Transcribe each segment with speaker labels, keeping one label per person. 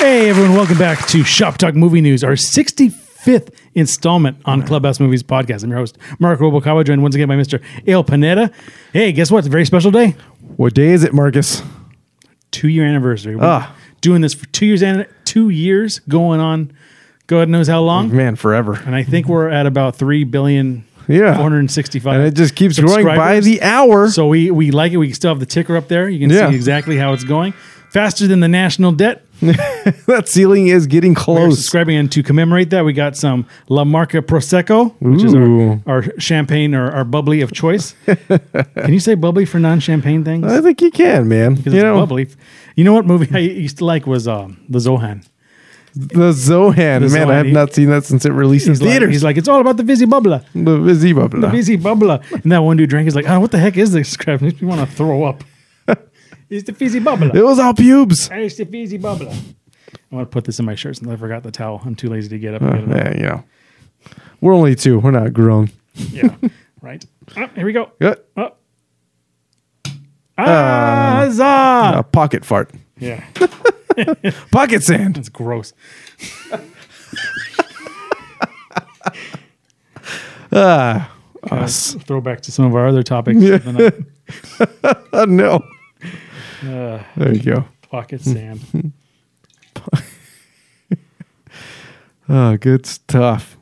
Speaker 1: Hey everyone, welcome back to Shop Talk Movie News, our 65th installment on Clubhouse Movies Podcast. I'm your host, Mark Robocawa, joined once again by Mr. Ale Panetta. Hey, guess what? It's a very special day.
Speaker 2: What day is it, Marcus?
Speaker 1: Two year anniversary. We're
Speaker 2: Ah.
Speaker 1: doing this for two years and two years going on God knows how long.
Speaker 2: Man, forever.
Speaker 1: And I think we're at about three billion
Speaker 2: Yeah.
Speaker 1: four hundred and sixty five.
Speaker 2: And it just keeps growing by the hour.
Speaker 1: So we we like it. We still have the ticker up there. You can
Speaker 2: Yeah.
Speaker 1: see exactly how it's going. Faster than the national debt.
Speaker 2: that ceiling is getting
Speaker 1: We're
Speaker 2: close.
Speaker 1: subscribing, and to commemorate that, we got some La Marca Prosecco, which is
Speaker 2: Ooh.
Speaker 1: our, our champagne or our bubbly of choice. Can you say bubbly for non-champagne things?
Speaker 2: I think you can, man.
Speaker 1: Because
Speaker 2: Uh, You
Speaker 1: it's
Speaker 2: know,
Speaker 1: bubbly. You know what movie I used to like was um, the Zohan.
Speaker 2: the Zohan.
Speaker 1: The
Speaker 2: man,
Speaker 1: Zohan,
Speaker 2: I have
Speaker 1: he-
Speaker 2: not seen that since it released in
Speaker 1: He's like,
Speaker 2: theaters. Uh-huh.
Speaker 1: he's like, it's all about the Vizzy Bubbla,
Speaker 2: the Vizzy Bubbla.
Speaker 1: Vizzy Bubbla, and that one dude drank. He's like, oh, what the heck is this crap? Makes me want to throw up. it's the Vizzy
Speaker 2: It
Speaker 1: Bubbla.
Speaker 2: was all pubes.
Speaker 1: It's the Vizzy Bubbla. I want to put this in my shirt since I forgot the towel. I'm too lazy to get up. And get it out.
Speaker 2: Yeah, you know. We're only two. We're not grown. Uh,
Speaker 1: yeah, right. Oh, here we go.
Speaker 2: Good.
Speaker 1: Oh. Ah, za.
Speaker 2: A pocket fart.
Speaker 1: Yeah,
Speaker 2: Pocket sand.
Speaker 1: it's gross.
Speaker 2: Ah, us.
Speaker 1: Throwback Uh, to some of our other topics.
Speaker 2: Yeah.
Speaker 1: of the
Speaker 2: Oh, no.
Speaker 1: night. Uh,
Speaker 2: There you go.
Speaker 1: pocket sand.
Speaker 2: Oh, good stuff.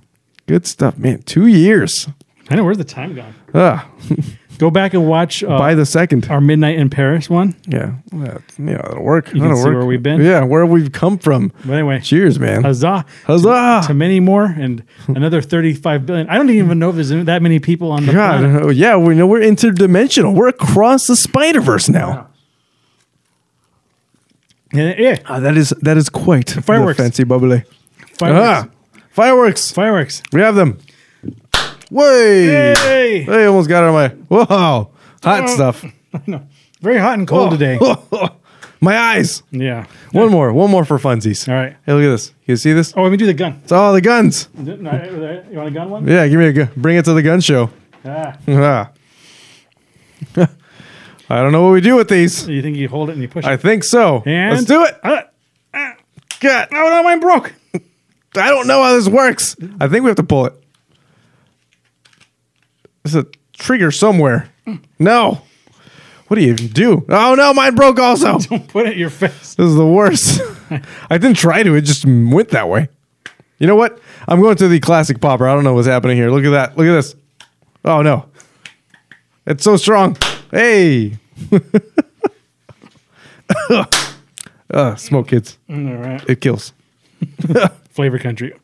Speaker 2: Good stuff, man. Two years.
Speaker 1: I know where's the time gone.
Speaker 2: Ah,
Speaker 1: Go back and watch uh,
Speaker 2: by the second.
Speaker 1: our Midnight in Paris one.
Speaker 2: Yeah, that, yeah, that'll work.
Speaker 1: You can
Speaker 2: that'll
Speaker 1: see
Speaker 2: work.
Speaker 1: where we've been.
Speaker 2: Yeah, where we've come from.
Speaker 1: But anyway,
Speaker 2: Cheers, man.
Speaker 1: huzzah!
Speaker 2: Huzzah!
Speaker 1: To many more and another thirty-five billion. I don't even know if there's that many people on the
Speaker 2: God,
Speaker 1: planet.
Speaker 2: oh, yeah, we know we're interdimensional. We're across the Spider Verse now.
Speaker 1: Yeah, yeah,
Speaker 2: Ah, that is that is quite
Speaker 1: Fireworks.
Speaker 2: the fancy bubbly.
Speaker 1: fireworks!
Speaker 2: Ah, fireworks.
Speaker 1: Fireworks!
Speaker 2: We have them. Way.
Speaker 1: Yay!
Speaker 2: They almost got it on my. Whoa! Hot stuff.
Speaker 1: Very hot and cold
Speaker 2: Oh.
Speaker 1: today.
Speaker 2: my eyes.
Speaker 1: Yeah.
Speaker 2: One more. One more for funsies.
Speaker 1: All right.
Speaker 2: Hey, look at this. You see this?
Speaker 1: Oh, let me do the gun.
Speaker 2: It's all the guns.
Speaker 1: No, no, You want a gun one?
Speaker 2: Yeah, give me a gun. Bring it to the gun show.
Speaker 1: Ah.
Speaker 2: Ah. I don't know what we do with these.
Speaker 1: So you think you hold it and you push
Speaker 2: I
Speaker 1: it?
Speaker 2: think so.
Speaker 1: And-
Speaker 2: Let's do it.
Speaker 1: Ah,
Speaker 2: God,
Speaker 1: oh no, mine broke.
Speaker 2: I don't know how this works. I think we have to pull it. There's a trigger somewhere. No. What do you even do? Oh no, mine broke also. This
Speaker 1: Don't put it in your face.
Speaker 2: is the worst. I didn't try to. It just went that way. You know what? I'm going to the classic popper. I don't know what's happening here. Look at that. Look at this. Oh no. It's so strong. Hey. uh, smoke kids.
Speaker 1: All right.
Speaker 2: It kills.
Speaker 1: Flavor country.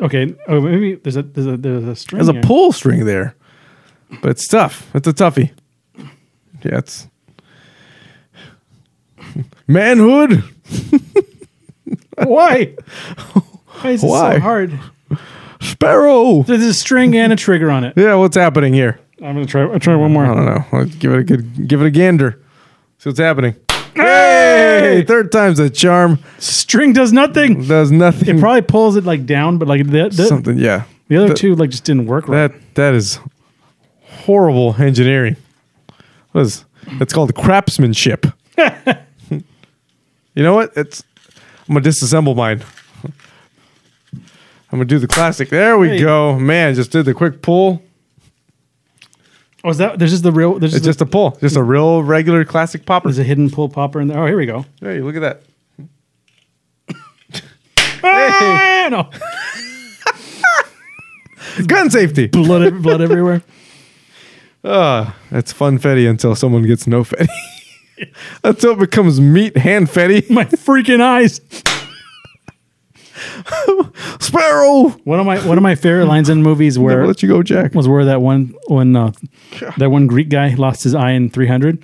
Speaker 1: Okay. Oh, maybe there's a there's a there's a string.
Speaker 2: There's a
Speaker 1: here.
Speaker 2: pull string there, but it's tough. It's a toughie. Yeah, it's manhood.
Speaker 1: Why? Why is it
Speaker 2: Why?
Speaker 1: so hard?
Speaker 2: Sparrow.
Speaker 1: There's a string and a trigger on it.
Speaker 2: Yeah, Uh-huh. what's happening here?
Speaker 1: I'm gonna try. I'll try one
Speaker 2: I
Speaker 1: more.
Speaker 2: don't know. Let's give it a good, give it a gander. See what's happening. Hey, third time's a charm.
Speaker 1: String does nothing.
Speaker 2: Does
Speaker 1: It
Speaker 2: nothing.
Speaker 1: probably pulls it like down, but like the the,
Speaker 2: Hmm. Something. Yeah.
Speaker 1: the other
Speaker 2: That-
Speaker 1: two like just didn't work right.
Speaker 2: That that is horrible engineering. What is that's called craftsmanship. you know what? It's I'm gonna disassemble mine. I'm gonna do the classic. There we
Speaker 1: Hey.
Speaker 2: go. Man, just did the quick pull.
Speaker 1: Oh, is that there's just the real there's
Speaker 2: It's
Speaker 1: just,
Speaker 2: just a pull. Just a real regular classic
Speaker 1: a,
Speaker 2: popper.
Speaker 1: there's a hidden pull popper in there. Oh, here we go.
Speaker 2: Hey, look at that.
Speaker 1: Ah, no.
Speaker 2: Gun safety.
Speaker 1: blood ev- blood everywhere.
Speaker 2: Ah, that's funfetti until someone gets no fetty. until it becomes meat hand fetty.
Speaker 1: My freaking eyes.
Speaker 2: Sparrow.
Speaker 1: One of my one of my favorite lines in movies
Speaker 2: Never
Speaker 1: where
Speaker 2: let you go, Jack.
Speaker 1: was where that one when uh, that one Greek guy lost his eye in 300,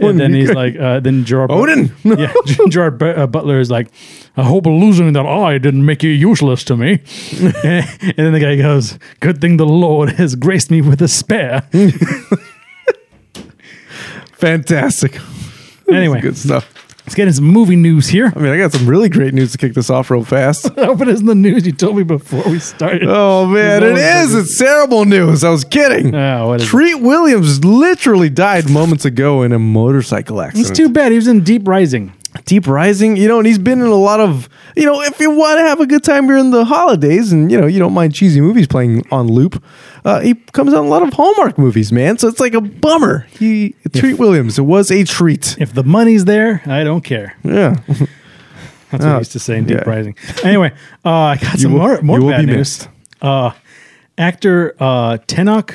Speaker 1: and then he's like, uh, then Gerard
Speaker 2: Odin.
Speaker 1: yeah, Gerard but- uh, Butler is like, I hope losing that eye didn't make you useless to me. and, and then the guy goes, Good thing the Lord has graced me with a spare.
Speaker 2: Fantastic.
Speaker 1: anyway,
Speaker 2: Good stuff.
Speaker 1: let's get into some movie news here.
Speaker 2: I mean, I got some really great news to kick this off real fast.
Speaker 1: Open is in the news you told me before we started.
Speaker 2: Oh man, it
Speaker 1: always
Speaker 2: is.
Speaker 1: good.
Speaker 2: It's terrible news. I was kidding.
Speaker 1: Ah, what is it?
Speaker 2: Treat Williams literally died moments ago in a motorcycle accident.
Speaker 1: It's too bad. He was in Deep Rising.
Speaker 2: Deep Rising, you know, and he's been in a lot of, you know, if you want to have a good time during the holidays and, you know, you don't mind cheesy movies playing on loop, uh, he comes on a lot of Hallmark movies, man. So it's like a bummer. He, Treat Williams, it was a treat.
Speaker 1: If the money's there, I don't care.
Speaker 2: Yeah.
Speaker 1: That's what I used to say in Deep
Speaker 2: Oh, yeah.
Speaker 1: Rising. Anyway, uh, I got some
Speaker 2: will-
Speaker 1: more, more
Speaker 2: you will
Speaker 1: bad
Speaker 2: be
Speaker 1: news.
Speaker 2: missed.
Speaker 1: Uh, actor uh, Tenok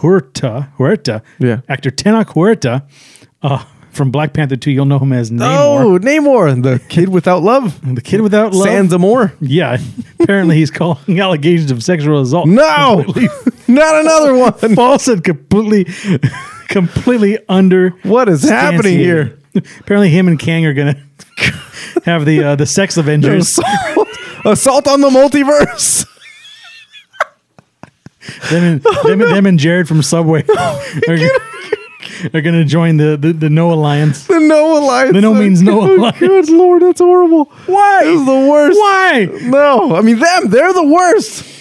Speaker 1: Huerta, Huerta,
Speaker 2: Yeah.
Speaker 1: actor Tenok Huerta uh, from Black Panther 2, you'll know him as Namor.
Speaker 2: Oh, Namor, the kid without love.
Speaker 1: The kid without love.
Speaker 2: Sansa Moore.
Speaker 1: Yeah, apparently he's calling allegations of sexual assault.
Speaker 2: No, not another one.
Speaker 1: false and completely, completely under.
Speaker 2: What is happening here?
Speaker 1: Apparently, him and Kang are gonna have the uh, the sex Avengers.
Speaker 2: Assault, assault on the multiverse.
Speaker 1: them, and,
Speaker 2: Oh,
Speaker 1: them, and- them and Jared from Subway are, gonna- are gonna join the, the the No alliance.
Speaker 2: The no alliance.
Speaker 1: The no means no
Speaker 2: Oh,
Speaker 1: alliance.
Speaker 2: Good lord, that's horrible.
Speaker 1: Why?
Speaker 2: This is the worst.
Speaker 1: Why?
Speaker 2: No, I mean them. They're the worst.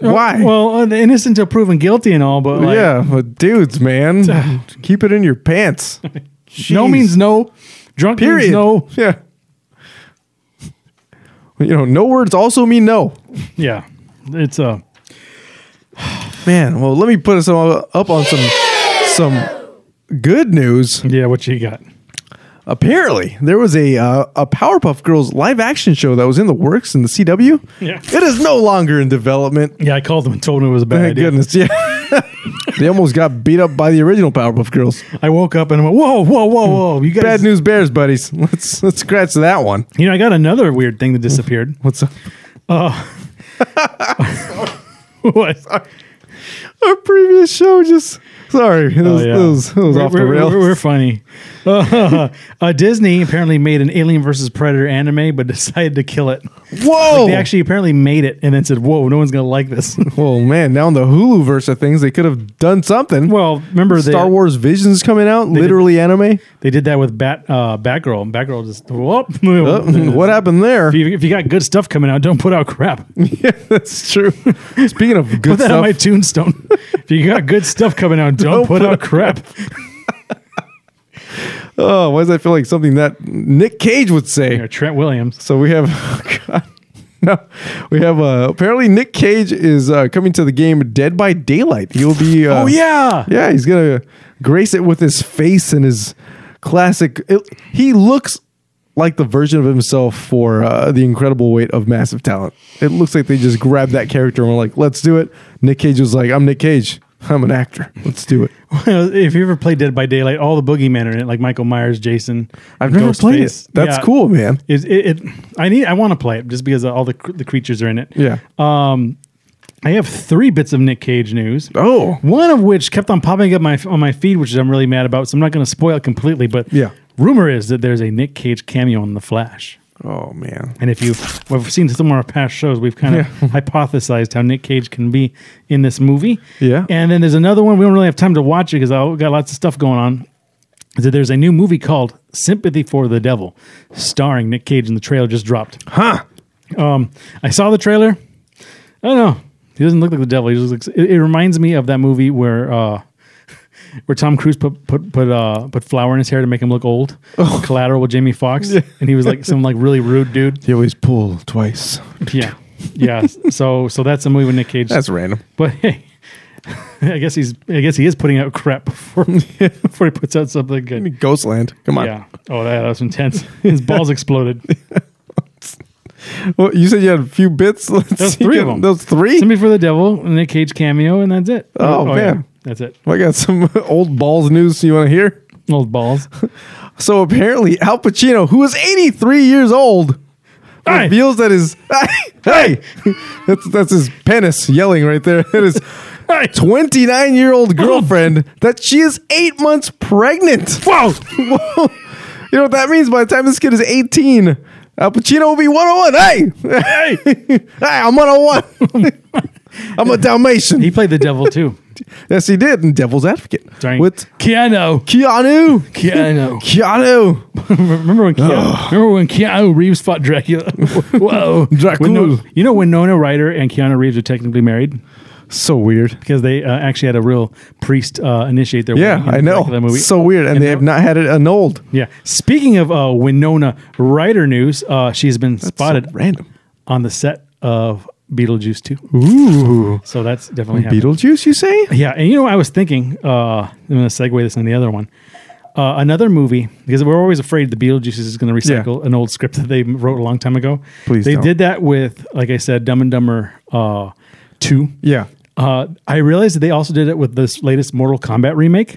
Speaker 2: Why?
Speaker 1: Well, uh, the innocent until proven guilty and all, but like,
Speaker 2: yeah, but dudes, man, keep it in your pants.
Speaker 1: no
Speaker 2: Jeez.
Speaker 1: means no. Drunk
Speaker 2: Period.
Speaker 1: means no.
Speaker 2: Yeah. You know, no words also mean no.
Speaker 1: Yeah, it's uh
Speaker 2: Man, well, let me put us all up on some some good news.
Speaker 1: yeah. What you got?
Speaker 2: Apparently, there was a uh, a Powerpuff Girls live action show that was in the works in the CW.
Speaker 1: Yeah.
Speaker 2: It is no longer in development.
Speaker 1: Yeah, I called them and told them it was a bad
Speaker 2: Thank
Speaker 1: idea.
Speaker 2: goodness, yeah. they almost got beat up by the original Powerpuff Girls.
Speaker 1: I woke up and I went, whoa, whoa, whoa, whoa! You guys,
Speaker 2: Hmm. Bad news bears, buddies. Let's let's scratch that one.
Speaker 1: You know, I got another weird thing that disappeared. Uh,
Speaker 2: What's up?
Speaker 1: what?
Speaker 2: Our previous show just sorry. It was,
Speaker 1: Oh, yeah.
Speaker 2: it was, it was
Speaker 1: we're,
Speaker 2: off
Speaker 1: we're-
Speaker 2: the rails.
Speaker 1: We're, we're funny. uh, Disney apparently made an Alien versus Predator anime, but decided to kill it.
Speaker 2: Whoa!
Speaker 1: They actually apparently made it and then said, "Whoa, no one's gonna like this."
Speaker 2: oh man, now in the Hulu verse of things, they could have done something.
Speaker 1: well, remember they,
Speaker 2: Star Wars Visions coming out, literally anime.
Speaker 1: they did that with Bat uh, Batgirl, and Batgirl just whoop.
Speaker 2: Uh, what happened there?
Speaker 1: If you, if you got good stuff coming out, don't put out crap. Put
Speaker 2: yeah, that's true. Speaking of good
Speaker 1: that on
Speaker 2: stuff,
Speaker 1: my tombstone. if you got good stuff coming out, don't, put, out crap.
Speaker 2: oh, why does that feel like something that Nick Cage would say?
Speaker 1: Or Trent Williams.
Speaker 2: So we have, God, no, we have. Uh, apparently, Nick Cage is uh, coming to the game Dead by Daylight. He will be. Uh,
Speaker 1: Oh yeah.
Speaker 2: yeah, he's gonna grace it with his face and his classic. It, he looks like the version of himself for uh, the incredible weight of massive talent. It looks like they just grabbed that character and were like, "Let's do it." Nick Cage was like, "I'm Nick Cage. I'm an actor. Let's do it."
Speaker 1: Well, if you ever played Dead by Daylight, all the boogeymen are in it, like Michael Myers, Jason.
Speaker 2: I've never played
Speaker 1: Ghostface.
Speaker 2: it. That's
Speaker 1: Yeah.
Speaker 2: cool, man.
Speaker 1: Is it, it? I need. I want to play it just because all the cr- the creatures are in it.
Speaker 2: Yeah.
Speaker 1: Um, I have three bits of Nick Cage news.
Speaker 2: Oh.
Speaker 1: One of which kept on popping up my on my feed, which I'm really mad about. So I'm not going to spoil it completely. But
Speaker 2: Yeah.
Speaker 1: rumor is that there's a Nick Cage cameo in The Flash.
Speaker 2: Oh man.
Speaker 1: And if you, well, we've seen some of our past shows, we've kind of hypothesized how Nick Cage can be in this movie.
Speaker 2: Yeah.
Speaker 1: And then there's another one. We don't really have time to watch it because I've got lots of stuff going on. Is that there's a new movie called Sympathy for the Devil, starring Nick Cage, and the trailer just dropped.
Speaker 2: Huh.
Speaker 1: Um, I saw the trailer. I don't know. He doesn't look like the devil. He just looks. It, it reminds me of that movie where uh, where Tom Cruise put put put uh, put flour in his hair to make him look old.
Speaker 2: Oh.
Speaker 1: Collateral with Jamie Foxx, and he was like some like really rude dude.
Speaker 2: He always pull twice.
Speaker 1: Yeah, yeah. So so that's a movie with Nick Cage.
Speaker 2: That's random.
Speaker 1: but hey, I guess he's I guess he is putting out crap before before he puts out something good.
Speaker 2: Ghostland. Come on.
Speaker 1: Yeah. Oh, that, that was intense. His balls exploded.
Speaker 2: Well, you said you had a few bits. Let's
Speaker 1: There's
Speaker 2: see.
Speaker 1: three of 'em.
Speaker 2: Those three.
Speaker 1: Somebody for the devil, Nick Cage cameo, and that's it.
Speaker 2: Oh, man.
Speaker 1: that's it.
Speaker 2: I got some old balls news you want to hear.
Speaker 1: Old balls.
Speaker 2: So apparently, Al Pacino, who is 83 years old,
Speaker 1: Hey!
Speaker 2: reveals that his hey, that's that's his penis yelling right there. That is. 29 year old girlfriend that she is eight months pregnant.
Speaker 1: Whoa!
Speaker 2: Whoa. You know what that means? By the time this kid is 18, Al Pacino will be 101. Hey! Hey! I'm 101. I'm a Dalmatian.
Speaker 1: He played the devil too.
Speaker 2: yes, he did. And Devil's Advocate.
Speaker 1: During
Speaker 2: With
Speaker 1: Keanu.
Speaker 2: Keanu.
Speaker 1: Keanu.
Speaker 2: Keanu.
Speaker 1: remember when Keanu? remember when Keanu Reeves fought Dracula? Whoa,
Speaker 2: Dracul.
Speaker 1: Winona- you know Winona Ryder and Keanu Reeves are technically married.
Speaker 2: So weird.
Speaker 1: because they uh, actually had a real priest uh, initiate their
Speaker 2: Yeah,
Speaker 1: wedding in
Speaker 2: I
Speaker 1: the
Speaker 2: know.
Speaker 1: back of that movie.
Speaker 2: So weird, and,
Speaker 1: And
Speaker 2: they have not had it annulled.
Speaker 1: yeah. Speaking of uh, Winona Ryder news, uh, she's been spotted
Speaker 2: So random.
Speaker 1: on the set of Beetlejuice 2.
Speaker 2: Ooh,
Speaker 1: So that's definitely happening.
Speaker 2: Beetlejuice, you say?
Speaker 1: Yeah, and you know what I was thinking? Uh, I'm going to segue this into the other one. Uh, another movie because we're always afraid the Beetlejuice is going to recycle an old script that they wrote a long time ago.
Speaker 2: Please
Speaker 1: they
Speaker 2: don't.
Speaker 1: did that with, like I said, Dumb and Dumber uh, Two.
Speaker 2: Yeah.
Speaker 1: Uh, I realized that they also did it with this latest Mortal Kombat remake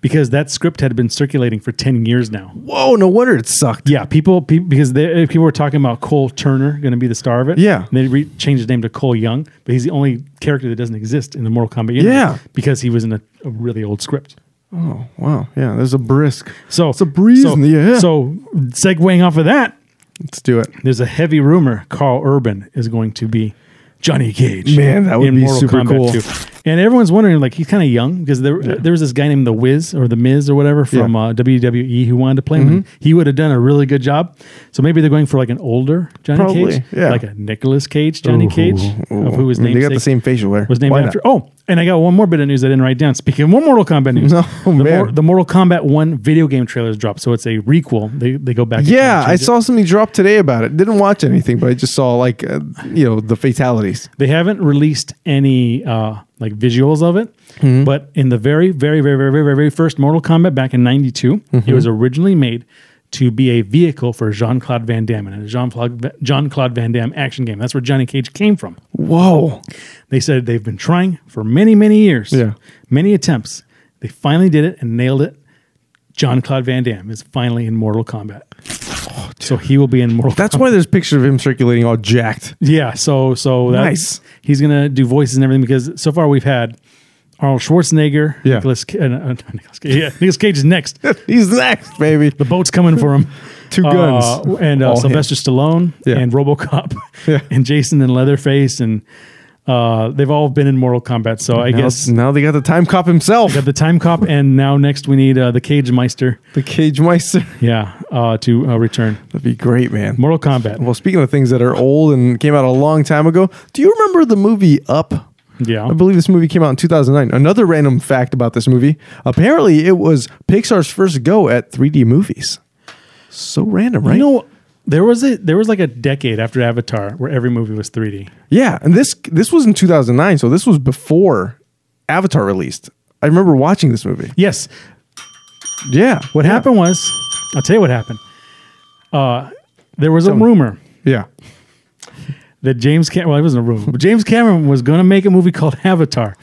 Speaker 1: because that script had been circulating for ten years now.
Speaker 2: Whoa, no wonder it sucked.
Speaker 1: Yeah, people pe- because they, people were talking about Cole Turner going to be the star of it.
Speaker 2: Yeah.
Speaker 1: and they re- changed his name to Cole Young, but he's the only character that doesn't exist in the Mortal Kombat universe.
Speaker 2: Yeah.
Speaker 1: because he was in a, a really old script.
Speaker 2: Oh, wow. Yeah, there's a brisk.
Speaker 1: So
Speaker 2: It's a breeze
Speaker 1: so,
Speaker 2: in the air.
Speaker 1: So segueing off of that,
Speaker 2: Let's do it.
Speaker 1: there's a heavy rumor Carl Urban is going to be Johnny Cage.
Speaker 2: Man, that would
Speaker 1: in
Speaker 2: be super cool.
Speaker 1: 2. And everyone's wondering, like, he's kind of young because there, there was this guy named The Wiz or The Miz or whatever from
Speaker 2: Yeah. Mm-hmm.
Speaker 1: uh, WWE who wanted to play him. and He would have done a really good job. So maybe they're going for like an older Johnny
Speaker 2: Probably,
Speaker 1: Cage,
Speaker 2: yeah.
Speaker 1: like a Nicolas Cage Johnny Cage, of who his
Speaker 2: I mean,
Speaker 1: name
Speaker 2: They got the same facial hair.
Speaker 1: was named
Speaker 2: Why
Speaker 1: after.
Speaker 2: not?
Speaker 1: Oh, and I got one more bit of news I didn't write down. Speaking of one Mortal Kombat news,
Speaker 2: No,
Speaker 1: the,
Speaker 2: man.
Speaker 1: the Mortal Kombat One video game trailers dropped, so it's a requel. They they go back. and kinda
Speaker 2: Yeah, I
Speaker 1: change it.
Speaker 2: saw something drop today about it. Didn't watch anything, but I just saw like uh, you know the fatalities.
Speaker 1: They haven't released any uh, like visuals of it, but in the very, very, very, very, very, very, very first Mortal Kombat back in '92, it was originally made to be a vehicle for Jean Claude Van Damme and a Jean Claude Jean Claude Van Damme action game. That's where Johnny Cage came from.
Speaker 2: Whoa!
Speaker 1: They said they've been trying for many, many years,
Speaker 2: Yeah.
Speaker 1: many attempts. They finally did it and nailed it. John Claude Van Damme is finally in Mortal Kombat, so he will be in Mortal.
Speaker 2: That's why there's pictures of him circulating all jacked.
Speaker 1: Yeah, so so that's
Speaker 2: Nice.
Speaker 1: he's gonna do voices and everything because so far we've had Arnold Schwarzenegger,
Speaker 2: Yeah.
Speaker 1: Nicholas, uh, uh, Nicholas Cage, yeah, Nicholas Cage is next. The
Speaker 2: He's next, baby.
Speaker 1: boat's coming for him.
Speaker 2: Two
Speaker 1: Uh,
Speaker 2: guns
Speaker 1: and uh,
Speaker 2: All
Speaker 1: Sylvester Stallone
Speaker 2: Yeah.
Speaker 1: and RoboCop
Speaker 2: Yeah.
Speaker 1: and Jason and Leatherface and uh, they've all been in Mortal Kombat. So I
Speaker 2: Now,
Speaker 1: guess
Speaker 2: now they got the time cop himself,
Speaker 1: got the Time Cop and now next we need uh, the Cage Meister,
Speaker 2: the Cage Meister.
Speaker 1: yeah, uh, to uh, return
Speaker 2: That'd be great, man.
Speaker 1: Mortal Kombat.
Speaker 2: Well, speaking of things that are old and came out a long time ago, do you remember the movie Up?
Speaker 1: Yeah,
Speaker 2: I believe this movie came out in 2009. Another random fact about this movie apparently, it was Pixar's first go at 3D movies. So random, right?
Speaker 1: you know. There was a there was like a decade after Avatar where every movie was 3D.
Speaker 2: yeah, and this this was in 2009, so this was before Avatar released. I remember watching this movie.
Speaker 1: Yes,
Speaker 2: Yeah,
Speaker 1: What
Speaker 2: yeah.
Speaker 1: happened was, I'll tell you what happened. Uh, there was a rumor
Speaker 2: Yeah,
Speaker 1: that James Cameron, well, it wasn't a rumor, but James Cameron was going to make a movie called Avatar.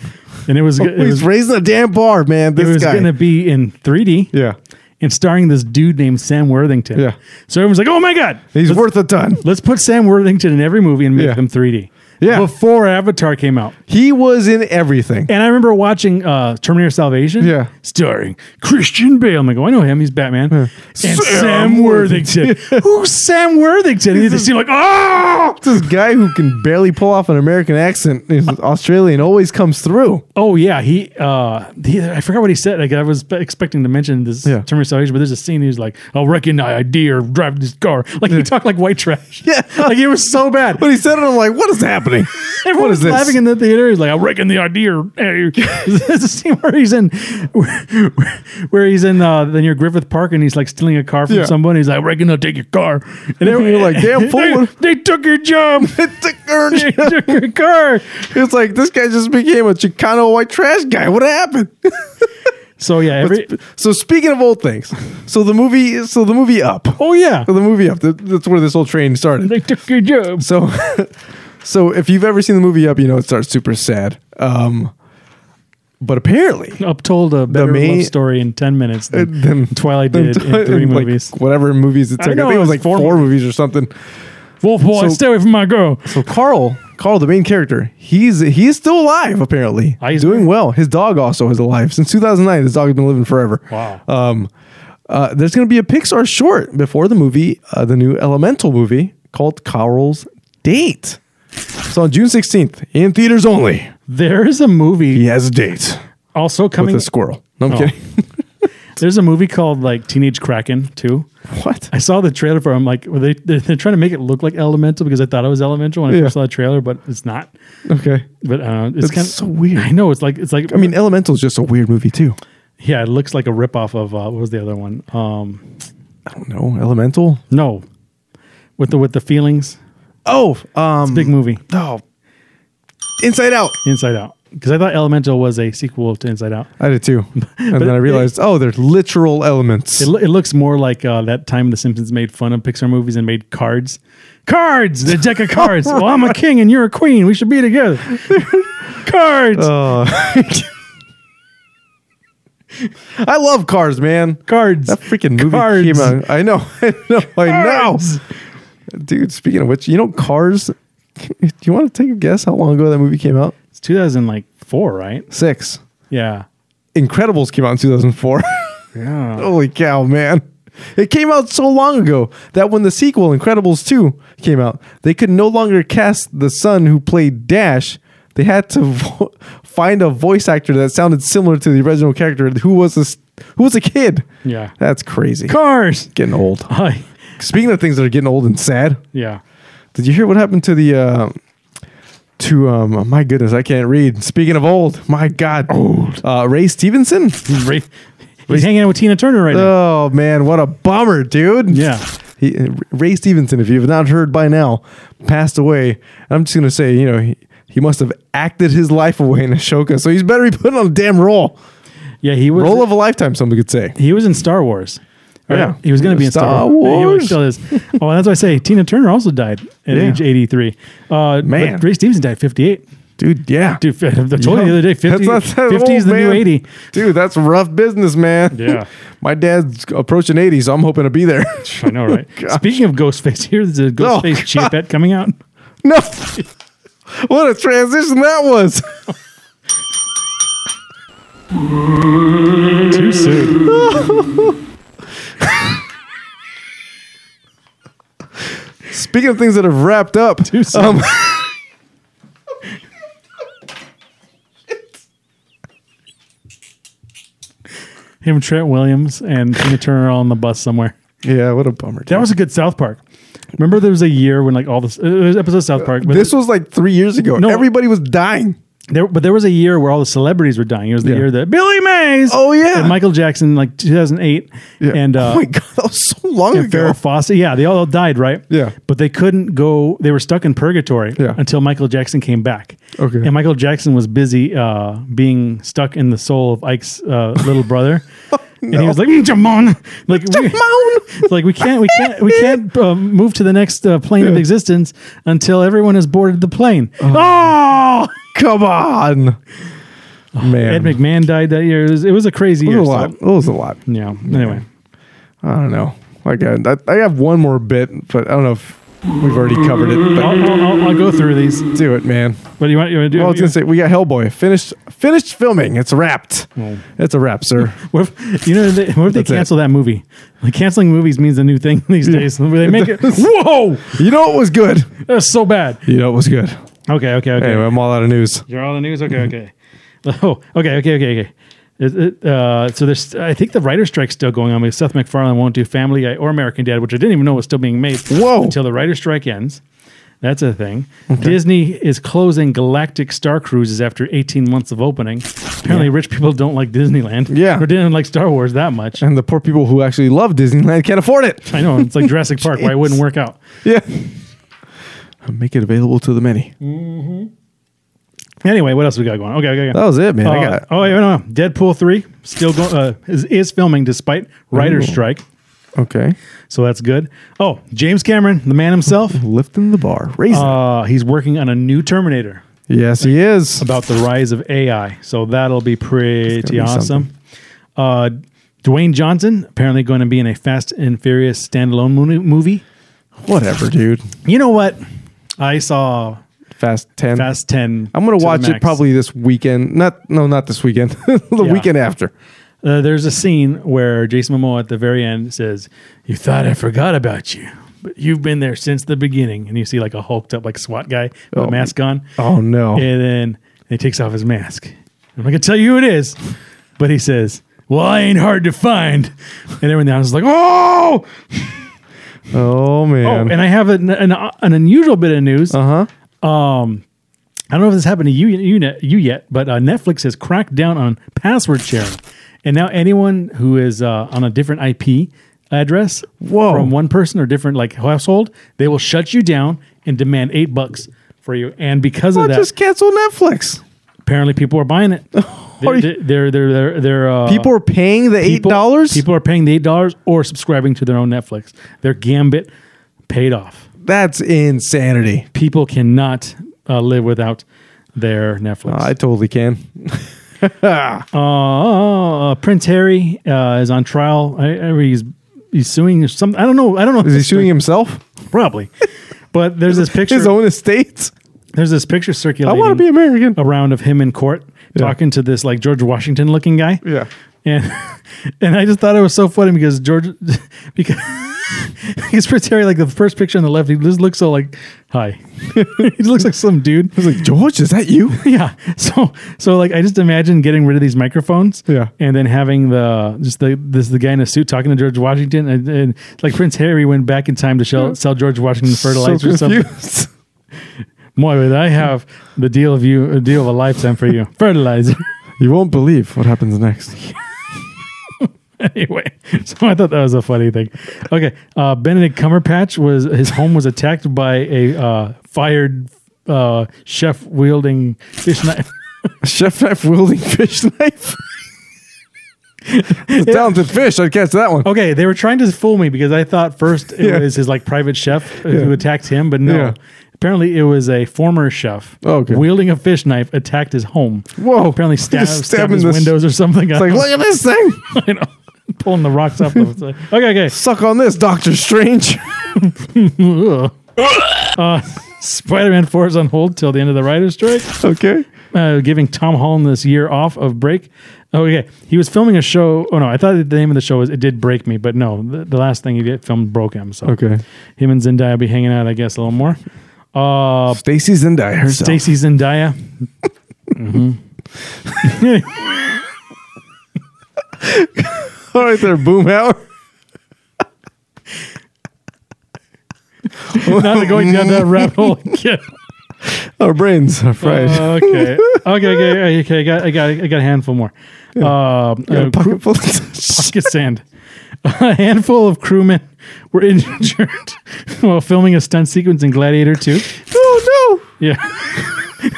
Speaker 1: And it was, it
Speaker 2: Oh, he's
Speaker 1: was, it
Speaker 2: raising a damn bar, man. This
Speaker 1: was
Speaker 2: guy.
Speaker 1: going to be in 3D
Speaker 2: yeah,
Speaker 1: and starring this dude named Sam Worthington.
Speaker 2: Yeah.
Speaker 1: So everyone's like, oh my God.
Speaker 2: he's
Speaker 1: let's,
Speaker 2: worth a ton.
Speaker 1: let's put Sam Worthington in every movie and make
Speaker 2: Yeah.
Speaker 1: them 3D.
Speaker 2: Yeah.
Speaker 1: Before Avatar came out.
Speaker 2: He was in everything.
Speaker 1: And I remember watching uh, Terminator Salvation.
Speaker 2: Yeah.
Speaker 1: Starring Christian Bale. I'm like, oh, I know him. He's Batman. And Sam,
Speaker 2: Sam
Speaker 1: Worthington. Who's Sam Worthington? And they seem like, oh!
Speaker 2: This guy who can barely pull off an American accent is Australian always comes through.
Speaker 1: Oh, yeah. He, uh, he- I forgot what he said. Like, I was be- expecting to mention this
Speaker 2: Yeah.
Speaker 1: Terminator Salvation, but there's a scene he's like, I'll recognize ID or drive this car. Like, he talked like white trash.
Speaker 2: Yeah.
Speaker 1: like, it was so bad.
Speaker 2: But he said it, I'm like, what is happening?
Speaker 1: Everyone
Speaker 2: what is
Speaker 1: was laughing in the theater. He's like, I reckon the idea. eh, There's a scene where he's in, where, where he's in uh, the near Griffith Park, and he's like stealing a car from
Speaker 2: Yeah.
Speaker 1: someone. He's like, I reckon they'll take your car. And they
Speaker 2: You're like, "Damn
Speaker 1: they-
Speaker 2: fool."
Speaker 1: They, took your job.
Speaker 2: it's, a
Speaker 1: they
Speaker 2: urge.
Speaker 1: took your car.
Speaker 2: it's like this guy just became a Chicano white trash guy. What happened?
Speaker 1: So yeah, every,
Speaker 2: so speaking of old things, so the movie, so the movie Up,
Speaker 1: oh yeah,
Speaker 2: so the movie Up. th- That's where this whole train started.
Speaker 1: they took your job.
Speaker 2: So, so if you've ever seen the movie Up, you know it starts super sad. Um, but apparently,
Speaker 1: Up told a better
Speaker 2: main- Uh,
Speaker 1: love story in ten minutes than,
Speaker 2: then
Speaker 1: Twilight
Speaker 2: then
Speaker 1: did
Speaker 2: Twi-
Speaker 1: in three
Speaker 2: and, like,
Speaker 1: movies.
Speaker 2: whatever movies it
Speaker 1: I
Speaker 2: took. I,
Speaker 1: know,
Speaker 2: think it
Speaker 1: it was
Speaker 2: was like
Speaker 1: four
Speaker 2: four, movies or something.
Speaker 1: Wolf boy,
Speaker 2: so-
Speaker 1: stay away from my girl.
Speaker 2: So Carl, Carl, the main character, he's he is still alive apparently.
Speaker 1: Ah, he's
Speaker 2: doing
Speaker 1: alive.
Speaker 2: well. His dog also is alive since 2009. His dog has been living forever.
Speaker 1: Wow.
Speaker 2: Um, uh, there's going to be a Pixar short before the movie, uh, the new Elemental movie called Carl's Date. So on June 16th, in theaters only.
Speaker 1: There is a movie
Speaker 2: He has a date
Speaker 1: also
Speaker 2: with
Speaker 1: coming.
Speaker 2: a squirrel. No, I'm
Speaker 1: Oh.
Speaker 2: kidding.
Speaker 1: There's a movie called like Teenage Kraken too.
Speaker 2: What?
Speaker 1: I saw the trailer for. it. I'm like, well, they they're, they're trying to make it look like Elemental because I thought it was Elemental when I
Speaker 2: Yeah.
Speaker 1: first saw the trailer, but it's not.
Speaker 2: Okay.
Speaker 1: But uh, it's
Speaker 2: That's
Speaker 1: kind of
Speaker 2: so weird.
Speaker 1: I know it's like it's like
Speaker 2: I mean, Elemental's just a weird movie too.
Speaker 1: yeah, it looks like a ripoff of uh, what was the other one? Um,
Speaker 2: I don't know. Elemental.
Speaker 1: no, with the with the feelings,
Speaker 2: Oh, um,
Speaker 1: big movie,
Speaker 2: oh, Inside Out.
Speaker 1: Inside Out. Because I thought Elemental was a sequel to Inside Out.
Speaker 2: I did too, and then I realized, oh, they're literal elements.
Speaker 1: It, lo- it looks more like uh, that time The Simpsons made fun of Pixar movies and made cards. Cards! The deck of cards. well, I'm a king and you're a queen. We should be together. cards!
Speaker 2: Uh, I love Cars, man.
Speaker 1: cards.
Speaker 2: That freaking movie
Speaker 1: Cars.
Speaker 2: came out. I know. I know.
Speaker 1: Cars.
Speaker 2: I know. Dude, speaking of which, you know, Cars. Do you want to take a guess how long ago that movie came out?
Speaker 1: It's 2004, right?
Speaker 2: Six.
Speaker 1: Yeah.
Speaker 2: Incredibles came out in 2004.
Speaker 1: Yeah.
Speaker 2: Holy cow, man. It came out so long ago that when the sequel, Incredibles 2, came out, they could no longer cast the son who played Dash. They had to vo- find a voice actor that sounded similar to the original character who was a, s- who was a kid.
Speaker 1: Yeah.
Speaker 2: That's crazy.
Speaker 1: Cars!
Speaker 2: Getting old.
Speaker 1: Hi.
Speaker 2: Speaking of things that are getting old and sad,
Speaker 1: yeah.
Speaker 2: did you hear what happened to the uh to um oh my goodness, I can't read. Speaking of old, my god. Old. Uh Ray Stevenson?
Speaker 1: Ray, he's hanging out with Tina Turner right now.
Speaker 2: Oh man, what a bummer, dude.
Speaker 1: Yeah.
Speaker 2: He, uh, Ray Stevenson, if you've not heard by now, passed away. I'm just gonna say, you know, he, he must have acted his life away in Ashoka, so he's better be put on a damn roll.
Speaker 1: Yeah, he was.
Speaker 2: Roll of a lifetime, somebody could say.
Speaker 1: He was in Star Wars. Right?
Speaker 2: Yeah.
Speaker 1: He was going to be in Star,
Speaker 2: Star
Speaker 1: He
Speaker 2: Wars.
Speaker 1: was- still is. oh, that's what I say. Tina Turner also died at
Speaker 2: Yeah.
Speaker 1: age 83. Uh,
Speaker 2: Man.
Speaker 1: but Ray Stevenson died at 58.
Speaker 2: Dude, yeah.
Speaker 1: Dude, I told you the other day, 50,
Speaker 2: That's not that
Speaker 1: 50 is
Speaker 2: old,
Speaker 1: the new
Speaker 2: man.
Speaker 1: 80.
Speaker 2: Dude, that's rough business, man.
Speaker 1: Yeah.
Speaker 2: My dad's approaching 80, so I'm hoping to be there.
Speaker 1: I know, right? Speaking of Ghostface, here's a Ghostface
Speaker 2: Oh, God.
Speaker 1: chipette coming out.
Speaker 2: no. what a transition that was.
Speaker 1: Too soon.
Speaker 2: Speaking of things that have wrapped up,
Speaker 1: Too soon. Him, Trent Williams, and Tina Turner all on the bus somewhere.
Speaker 2: yeah, what a bummer.
Speaker 1: That was a good South Park. Remember, there was a year when like all this it was episode of South Park. But
Speaker 2: Uh, this was like three years ago.
Speaker 1: No.
Speaker 2: Everybody was dying.
Speaker 1: There, but there was a year where all the celebrities were dying. It was the
Speaker 2: Yeah.
Speaker 1: year that Billy Mays,
Speaker 2: Oh, yeah.
Speaker 1: and Michael Jackson, like 2008, and uh,
Speaker 2: oh my god, that was so long
Speaker 1: and
Speaker 2: ago.
Speaker 1: Farrah Fawcett. Yeah, they all died, right?
Speaker 2: Yeah.
Speaker 1: but they couldn't go. They were stuck in purgatory
Speaker 2: Yeah.
Speaker 1: until Michael Jackson came back.
Speaker 2: Okay.
Speaker 1: and Michael Jackson was busy uh, being stuck in the soul of Ike's uh, little brother, and he was like, mm, "Jamon, like we, it's like we can't, we can't, we can't uh, move to the next uh, plane of existence until everyone has boarded the plane."
Speaker 2: oh, come on,
Speaker 1: Ed
Speaker 2: man.
Speaker 1: McMahon died that year. It was, it was a crazy
Speaker 2: Oh, It
Speaker 1: year.
Speaker 2: was a
Speaker 1: so-
Speaker 2: lot. It was a lot.
Speaker 1: Yeah. Anyway,
Speaker 2: I don't know. Like I, I have one more bit, but I don't know if we've already covered it. But
Speaker 1: I'll, I'll, I'll- I'll go through these.
Speaker 2: do it, man.
Speaker 1: What do you want? You want to do?
Speaker 2: Well, I was gonna say we got Hellboy finished. Finished filming. It's wrapped. It's a wrap, sir.
Speaker 1: What if, you know, they, what if they
Speaker 2: That's it.
Speaker 1: cancel that movie? Like canceling movies means a new thing these days. Where they make it. Whoa,
Speaker 2: you know it was good.
Speaker 1: that's so bad.
Speaker 2: You know it was good.
Speaker 1: Okay, okay, okay.
Speaker 2: Anyway, I'm all out of news.
Speaker 1: You're all the news. Okay, okay. Oh, okay, okay, okay, okay. It- it, uh, so there's, I think the writer strike's still going on. Because Seth MacFarlane won't do Family Guy or American Dad, which I didn't even know was still being made.
Speaker 2: Whoa.
Speaker 1: Until the writer strike ends. That's a thing. Disney is closing Galactic Star Cruises after 18 months of opening. Apparently, rich people don't like Disneyland.
Speaker 2: Yeah.
Speaker 1: Or didn't like Star Wars that much.
Speaker 2: And the poor people who actually love Disneyland can't afford it.
Speaker 1: I know. It's like Jurassic Park. Why it wouldn't work out?
Speaker 2: Yeah. Make it available to the many.
Speaker 1: Anyway, what else we got going? on? Okay, okay, okay.
Speaker 2: That was it, man. I
Speaker 1: Uh,
Speaker 2: got
Speaker 1: oh, yeah, no, no. Deadpool three still going uh, is, is filming despite writer's
Speaker 2: Ooh.
Speaker 1: strike,
Speaker 2: okay.
Speaker 1: so that's good. Oh, James Cameron, the man himself,
Speaker 2: Lifting the bar, raising. it.
Speaker 1: uh, he's working on a new Terminator
Speaker 2: yes, he is.
Speaker 1: about the rise of AI, so that'll be pretty
Speaker 2: be
Speaker 1: awesome. Uh, Dwayne Johnson apparently going to be in a Fast and Furious standalone mo- movie.
Speaker 2: Whatever, dude.
Speaker 1: You know what? I saw
Speaker 2: Fast ten.
Speaker 1: Fast Ten.
Speaker 2: I'm gonna
Speaker 1: to the
Speaker 2: watch it
Speaker 1: max.
Speaker 2: probably this weekend. Not no, not this weekend. the
Speaker 1: Yeah.
Speaker 2: weekend after.
Speaker 1: Uh, there's a scene where Jason Momoa at the very end says, "You thought I forgot about you, but you've been there since the beginning." And you see like a hulked up like SWAT guy with
Speaker 2: Oh,
Speaker 1: a mask on,
Speaker 2: Oh no.
Speaker 1: and then he takes off his mask. I'm not gonna tell you who it is, but he says, well, I ain't hard to find. And everyone else is like, oh,
Speaker 2: Oh
Speaker 1: Oh,
Speaker 2: man.
Speaker 1: and I have an, an, an unusual bit of news.
Speaker 2: uh huh.
Speaker 1: I don't know if this happened to you you, ne- you yet, but uh, Netflix has cracked down on password sharing, and now anyone who is uh, on a different IP address
Speaker 2: Whoa.
Speaker 1: from one person or different like household, they will shut you down and demand eight bucks for you. And because
Speaker 2: Well,
Speaker 1: of that,
Speaker 2: just cancel Netflix.
Speaker 1: apparently people are buying it. They're
Speaker 2: you-
Speaker 1: they're they're they're, they're uh,
Speaker 2: People are paying the eight
Speaker 1: people-
Speaker 2: dollars.
Speaker 1: People are paying the eight dollars or subscribing to their own Netflix. Their gambit paid off.
Speaker 2: That's insanity.
Speaker 1: People cannot uh, live without their Netflix.
Speaker 2: I totally can.
Speaker 1: Uh, uh, Prince Harry uh, is on trial. I, I, he's he's suing some. I don't know. I don't know.
Speaker 2: Is he suing himself?
Speaker 1: Probably. But there's this picture.
Speaker 2: His own estates?
Speaker 1: there's this picture
Speaker 2: I
Speaker 1: circulating.
Speaker 2: want to be American.
Speaker 1: around of him in court talking to this like George Washington looking guy.
Speaker 2: Yeah.
Speaker 1: And and I just thought it was so funny because George because because Prince Harry like the first picture on the left he just looks so like hi he looks like some dude
Speaker 2: He's like, George, is that you?
Speaker 1: yeah. So so like I just imagine getting rid of these microphones.
Speaker 2: Yeah.
Speaker 1: And then having the just the this the guy in a suit talking to George Washington and, and like Prince Harry went back in time to sell, sell George Washington fertilizer or
Speaker 2: so
Speaker 1: something.
Speaker 2: confused.
Speaker 1: Boy, would I have the deal of you a deal of a lifetime for you. fertilizer.
Speaker 2: you won't believe what happens next.
Speaker 1: anyway, so I thought that was a funny thing. Okay, uh, Benedict Cumberpatch was his home was attacked by a uh, fired uh, chef wielding fish knife.
Speaker 2: Chef knife wielding fish knife. it's a talented fish. I'd catch that one.
Speaker 1: Okay, they were trying to fool me because I thought first it
Speaker 2: Yeah.
Speaker 1: was his like private chef who attacked him, but no.
Speaker 2: Yeah. Oh,
Speaker 1: Apparently, it was a former chef
Speaker 2: Okay.
Speaker 1: wielding a fish knife attacked his home.
Speaker 2: Whoa.
Speaker 1: Apparently,
Speaker 2: Just
Speaker 1: stabbed,
Speaker 2: stab
Speaker 1: stabbed
Speaker 2: in
Speaker 1: his
Speaker 2: this-
Speaker 1: windows or something.
Speaker 2: It's like, look at this thing.
Speaker 1: I know. pulling the rocks off. Of it. It's like, okay,
Speaker 2: Suck on this, Doctor Strange.
Speaker 1: okay. uh, Spider-Man Four is on hold till the end of the writer's strike.
Speaker 2: okay.
Speaker 1: uh, giving Tom Holland this year off of break. Okay, he was filming a show. Oh no, I thought the name of the show was "It Did Break Me," but no, the, the last thing he did filmed broke him. So
Speaker 2: Okay.
Speaker 1: him and Zendaya will be hanging out, I guess, a little more. Uh,
Speaker 2: Stacy Zendaya herself.
Speaker 1: Stacy Zendaya.
Speaker 2: All right there, boom hour.
Speaker 1: Now they're going down that rabbit hole again.
Speaker 2: Our brains are fried.
Speaker 1: Uh, okay, okay, okay, okay. I got, I got, I got a handful more. Um,
Speaker 2: Got a
Speaker 1: uh,
Speaker 2: pocket full of-
Speaker 1: pocket sand. A handful of crewmen were injured while filming a stunt sequence in Gladiator 2.
Speaker 2: oh no.
Speaker 1: Yeah.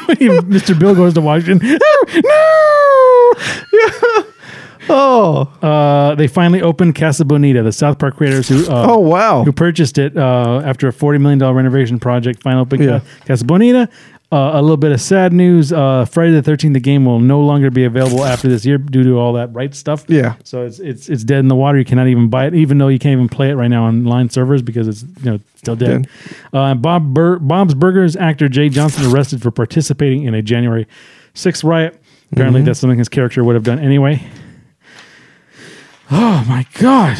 Speaker 1: When he- Mr. Bill goes to Washington.
Speaker 2: no! Oh,
Speaker 1: Uh, they finally opened Casa Bonita, the South Park creators who uh,
Speaker 2: oh wow!
Speaker 1: who purchased it uh, after a $40 million renovation project. Final opened
Speaker 2: Yeah.
Speaker 1: Ca- Casa Bonita. Uh, a little bit of sad news. Uh, Friday the 13th, the game will no longer be available after this year due to all that right stuff.
Speaker 2: Yeah.
Speaker 1: So it's it's it's dead in the water. You cannot even buy it, even though you can't even play it right now on line servers because it's you know it's still dead.
Speaker 2: Dead.
Speaker 1: Uh, Bob Bur- Bob's Burgers actor Jay Johnson arrested for participating in a January 6th riot.
Speaker 2: Mm-hmm.
Speaker 1: Apparently, that's something his character would have done anyway. Oh my god!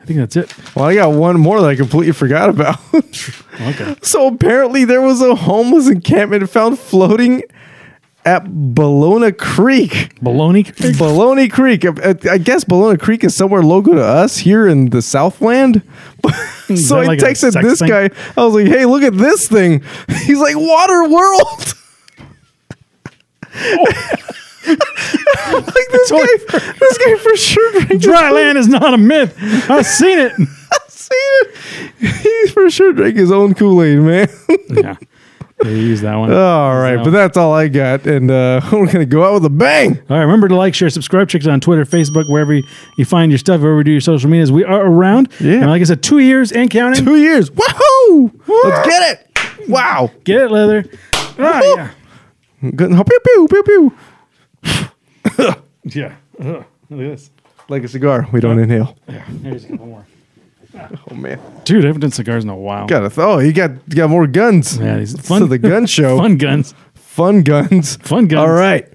Speaker 1: I think that's it.
Speaker 2: Well, I got one more that I completely forgot about.
Speaker 1: Okay.
Speaker 2: so apparently, there was a homeless encampment found floating at Bologna Creek.
Speaker 1: Baloney.
Speaker 2: Bologna Creek. I, I- I guess Bologna Creek is somewhere local to us here in the Southland. so
Speaker 1: Hmm, that
Speaker 2: I
Speaker 1: like a
Speaker 2: texted
Speaker 1: sex
Speaker 2: this
Speaker 1: thing?
Speaker 2: guy. I was like, "Hey, look at this thing." He's like, "Water World."
Speaker 1: Oh.
Speaker 2: like this guy, this guy for sure drank his
Speaker 1: Dry land is not a myth. I've seen it.
Speaker 2: seen it. He for sure drank his own Kool Aid, man.
Speaker 1: yeah. They use that one.
Speaker 2: all right, but that's all I got, and uh, we're gonna go out with a bang.
Speaker 1: All right, remember to like, share, subscribe, check us out on Twitter, Facebook, wherever you, you find your stuff, wherever you do your social medias. We are around.
Speaker 2: Yeah.
Speaker 1: And like I said, two years and counting.
Speaker 2: Two years, woohoo! Let's get it. Wow.
Speaker 1: Get it, leather. Ah,
Speaker 2: Woo!
Speaker 1: yeah.
Speaker 2: Good. Pew pew pew pew.
Speaker 1: Yeah. Ugh, look at this.
Speaker 2: Like a cigar, we don't inhale.
Speaker 1: Yeah. Here's a couple more.
Speaker 2: Oh man,
Speaker 1: Dude, I haven't done cigars in a while.
Speaker 2: got a oh, you got you got more guns.
Speaker 1: Yeah, these
Speaker 2: to the gun show.
Speaker 1: fun guns.
Speaker 2: Fun guns.
Speaker 1: Fun guns.
Speaker 2: All right,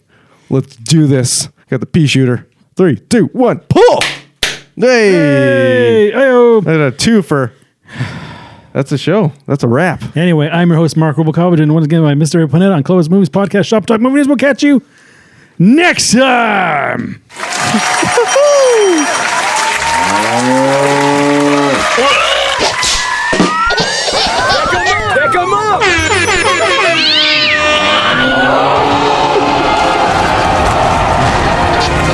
Speaker 2: let's do this. Got the pea shooter. Three, two, one, pull. Hey,
Speaker 1: Hey, ayo.
Speaker 2: I got a twofer. That's a show. That's a wrap.
Speaker 1: Anyway, I'm your host, Mark Rubalcovage, and once again, by Mr. Panetta on Clovis Movies Podcast Shop Talk Movie News. We'll catch you next time.
Speaker 2: This show does me good.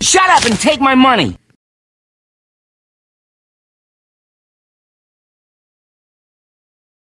Speaker 3: Shut up and take my money.